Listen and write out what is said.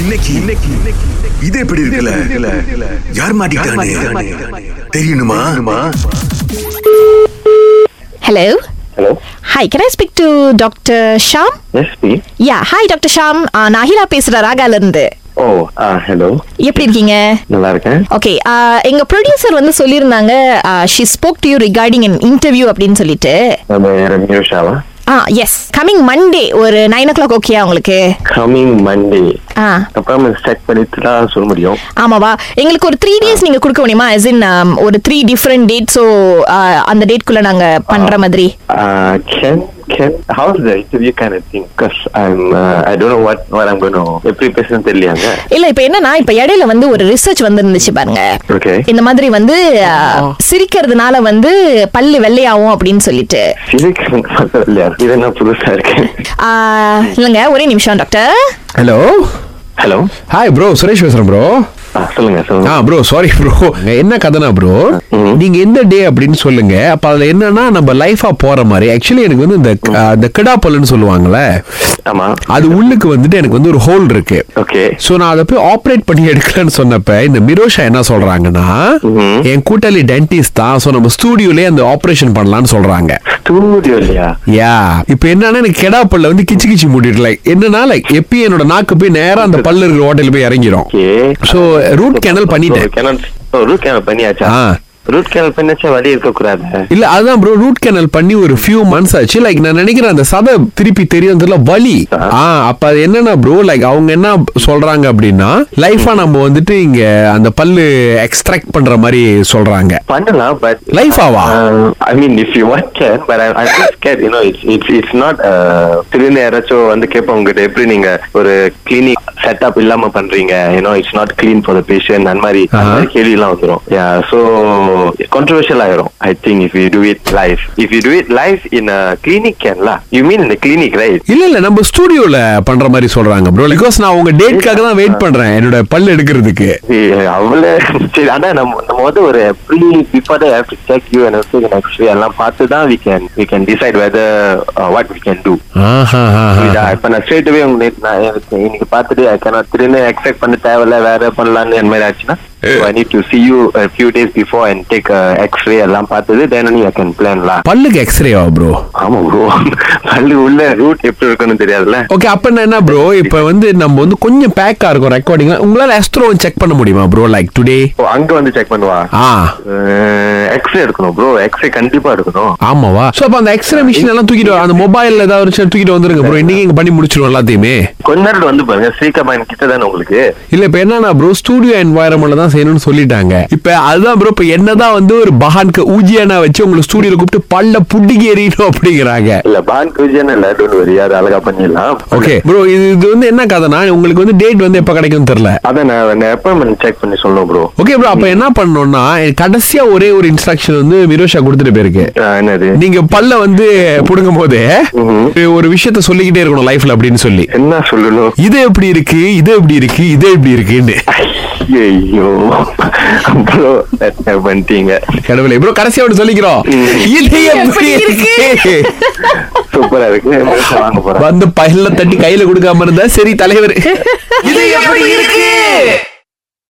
இன்னைக்கு இன்னைக்கு இது எப்படி இருக்குல்ல யார் மாட்டிக்கிட்டானே தெரியணுமா hello hello hi can I speak to doctor Sham SP yeah hi doctor Sham நான் அகிலா பேசுகிறேன் ராகாலேருந்து ஓ ஆ ஹலோ எப்படி இருக்கீங்க நல்லா இருக்கேன் ஓகே எங்க ப்ரொடியூசர் வந்து சொல்லியிருந்தாங்க uh, she spoke to you regarding an interview அப்படின்னு சொல்லிட்டு Uh, நம்ம நேரம் நியூஷாவா ஆ எஸ் கமிங் மண்டே ஒரு நைன் ஓ கிளாக் ஓகேயா உங்களுக்கு கம்மிங் மண்டே ஆ அப்புறம் செக் பண்ணிட்டு தான் சொல்ல முடியும் ஆமாவா எங்களுக்கு ஒரு த்ரீ டேஸ் நீங்க கொடுக்க முடியுமா as in um, ஒரு three different date so uh, அந்த டேட்குள்ள நாங்க பண்ற மாதிரி Uh, can can how's the interview kind of thing? Cause I'm uh, I don't know what what I'm gonna. எப்படி பேசணும் தெரியலையாங்க. இல்ல இப்ப என்னன்னா இப்ப இடையில வந்து ஒரு ரிசர்ச் வந்துருந்துச்சு பாருங்க Okay. இந்த மாதிரி வந்து ஆ, சிரிக்கிறதுனால வந்து பல்லு வெள்ளையாகும் அப்படின்னு சொல்லிட்டு சிரிக்கிறேன் பரவாயில்லையா? இது என்ன புதுசா இருக்கு. ஆ, இல்லைங்க ஒரே நிமிஷம் doctor hello hello hi bro Suresh பேசுறேன் ப்ரோ ஆ சொல்லுங்க ஆ சொல்லுங்க. ப்ரோ சாரி ப்ரோ என்ன கதைனா ப்ரோ ம். நீங்க எந்த டே அப்படின்னு சொல்லுங்க அப்ப அதுல என்னன்னா நம்ம லைஃபா போற மாதிரி ஆக்சுவலி எனக்கு வந்து இந்த ஆ, இந்த கிடாப்பல்லுன்னு சொல்லுவாங்கல்ல ஆமா. அது உள்ளுக்கு வந்துட்டு எனக்கு வந்து ஒரு ஹோல் இருக்கு Okay. சோ நான் அதை போய் ஆப்ரேட் பண்ணி எடுக்கலன்னு சொன்னப்ப இந்த மிரோஷா என்ன சொல்றாங்கன்னா ம்ஹும். என் கூட்டாளி டென்டிஸ்ட் தான் சோ நம்ம ஸ்டூடியோலயே அந்த ஆபரேஷன் பண்ணலாம்னு சொல்றாங்க Studio இல்லையா? யா இப்போ என்னன்னா எனக்கு கெடா பல்ல வந்து கிச்சு கிச்சு மூடிட்டு like என்னன்னா like எப்பயும் என்னோட நாக்கு போய் நேரா அந்த பல்லு இருக்கிற ஓட்டையில போய் இறங்கிடும் Okay. சோ ரூட் கேனல் பண்ணிட்டேன் So, canal- ஓ, root canal பண்ணியாச்சா? ஆ. Root canal பண்ணாச்சா வலி இருக்கக்கூடாது. இல்ல அதுதான் ப்ரோ ரூட் கேனல் பண்ணி ஒரு ஃபியூ மந்த்ஸ் ஆச்சு லைக் நான் நினைக்கிறேன் அந்த சதை திருப்பி தெரியறதுல வலி ஆ அப்ப அது என்னன்னா ப்ரோ லைக் அவங்க என்ன சொல்றாங்க அப்படின்னா லைஃபா நம்ம வந்துட்டு இங்க அந்த பல்லு எக்ஸ்ட்ராக்ட் பண்ற மாதிரி சொல்றாங்க பண்ணலாம், but- லைஃபாவா Uh, I mean, if you want, can, but I- I'm just scared, you know, it's- it's- it's not, uh, திடீர்னு யாராச்சும் வந்து கேட்பாங்க, உங்ககிட்ட எப்படி நீங்க ஒரு clinic setup இல்லாம பண்றீங்க, you know, it's not clean for the patient, அந்த மாதிரி- அந்த Uh-huh. மாதிரி கேள்வியெல்லாம் வந்துரும். Yeah, so, controversial ஆயிரும், I think, if you do it live. If you do it live in a clinic, can lah. You mean in a clinic, right? இல்ல இல்ல நம்ம ஸ்டூடியோல பண்ற மாதிரி சொல்றாங்க ப்ரோ பிகாஸ் நான் உங்க டேட்காக தான் வெயிட் பண்றேன் என்னோட பல் எடுக்கிறதுக்கு ஏய், அவ்வளவு சரி ஆனா நம்ம நம்ம வந்து ஒரு pre before I have to check you and also the next எல்லாம் பார்த்து தான் we can we can decide whether uh, what we can do ஆஹா புரியுதா இப்ப நான் ஸ்ட்ரெயிட் அவே உங்களுக்கு நான் எனக்கு இன்னைக்கு பார்த்துட்டு ஐ கேனாட் திரும்ப எக்ஸ்பெக்ட் பண்ண தேவையில்ல வேற பண்ணலாம்னு அந்த மாதிரி ஆச்சுன்னா I need to see you a few days before and take a x-ray எல்லாம் பார்த்துட்டு then only I can plan lah பல்லுக்கு எக்ஸ்ரேவா ப்ரோ ஆமா ப்ரோ பல்லு உள்ள ரூட் எப்படி இருக்குன்னு தெரியாதுல்ல ஓகே அப்ப நான் என்ன ப்ரோ இப்போ வந்து நம்ம வந்து கொஞ்சம் பேக்கா இருக்கும் ரெக்கார்டிங்ல உங்களால எஸ்ட்ரோ செக் பண்ண முடியுமா ப்ரோ லைக் டுடே ஓ அங்க வந்து செக் பண்ணுவா ஆ எக்ஸ்ரே எடுக்கணும் ப்ரோ எக்ஸ்ரே கண்டிப்பா எடுக்கணும் ஆமாவா சோ அப்ப அந்த எக்ஸ்ரே மிஷின் எல்லாம் தூக்கிட்டு வா- அந்த மொபைல்ல ஏதாவது ஒரு சின்ன தூக்கிட்டு வந்துருங்க ப்ரோ இன்னைக்கு இங்க பண்ணி முடிச்சிருவோம் எல்லாத்தையுமே கொஞ்ச நேரம் வந்து பாருங்க ஸ்ரீகமாயின் கிட்ட தானே உங்களுக்கு இல்ல இப்ப என்னன்னா ப்ரோ ஸ்டூடியோ என்வாயரன்மெண்ட்ல தான் செய்யணும்னு சொல்லிட்டாங்க இப்ப அதுதான் ப்ரோ இப்ப என்னதான் வந்து ஒரு பஹான்க்கு ஊஜியானா வச்சு உங்களுக்கு ஸ்டூடியோல கூப்பிட்டு பல்ல புடிக்கி எறியணும் அப்படிங்கிறாங்க இல்ல பான் குவிஜன் இல்ல டோன்ட் வரி அது அழகா பண்ணிடலாம் ஓகே ப்ரோ இது இது வந்து என்ன கதைனா உங்களுக்கு வந்து டேட் வந்து எப்ப கிடைக்கும்னு தெரியல அத நான் அப்பாயின்மெண்ட் செக் பண்ணி சொல்லணும் ப்ரோ ஓகே ப்ரோ அப்ப என்ன பண்ணணும்னா எனக்கு கடைசியா ஒரே ஒரு இன்ஸ்ட்ரக்ஷன் வந்து மிரோஷா கொடுத்துட்டு போயிருக்கு என்னது நீங்க பல்ல வந்து புடுங்கும் போது ம்ஹும். ஒரு விஷயத்த சொல்லிக்கிட்டே இருக்கணும் லைஃப்ல அப்படின்னு சொல்லி என்ன சொல்லணும் இது எப்படி இருக்கு இது எப்படி இருக்கு இது எப்படி இருக்குன்னு ஐயோ ப்ரோ பண்ணிட்டீங்க கடவுளே ப்ரோ கடைசியா ஒன்று சொல்லிக்கிறோம் இது எப்படி இருக்கு சூப்பரா இருக்கு மனுஷன் வாங்க போறேன் வந்து பல்ல தட்டி கையில கொடுக்காம இருந்தா சரி தலைவர் இது எப்படி இருக்கு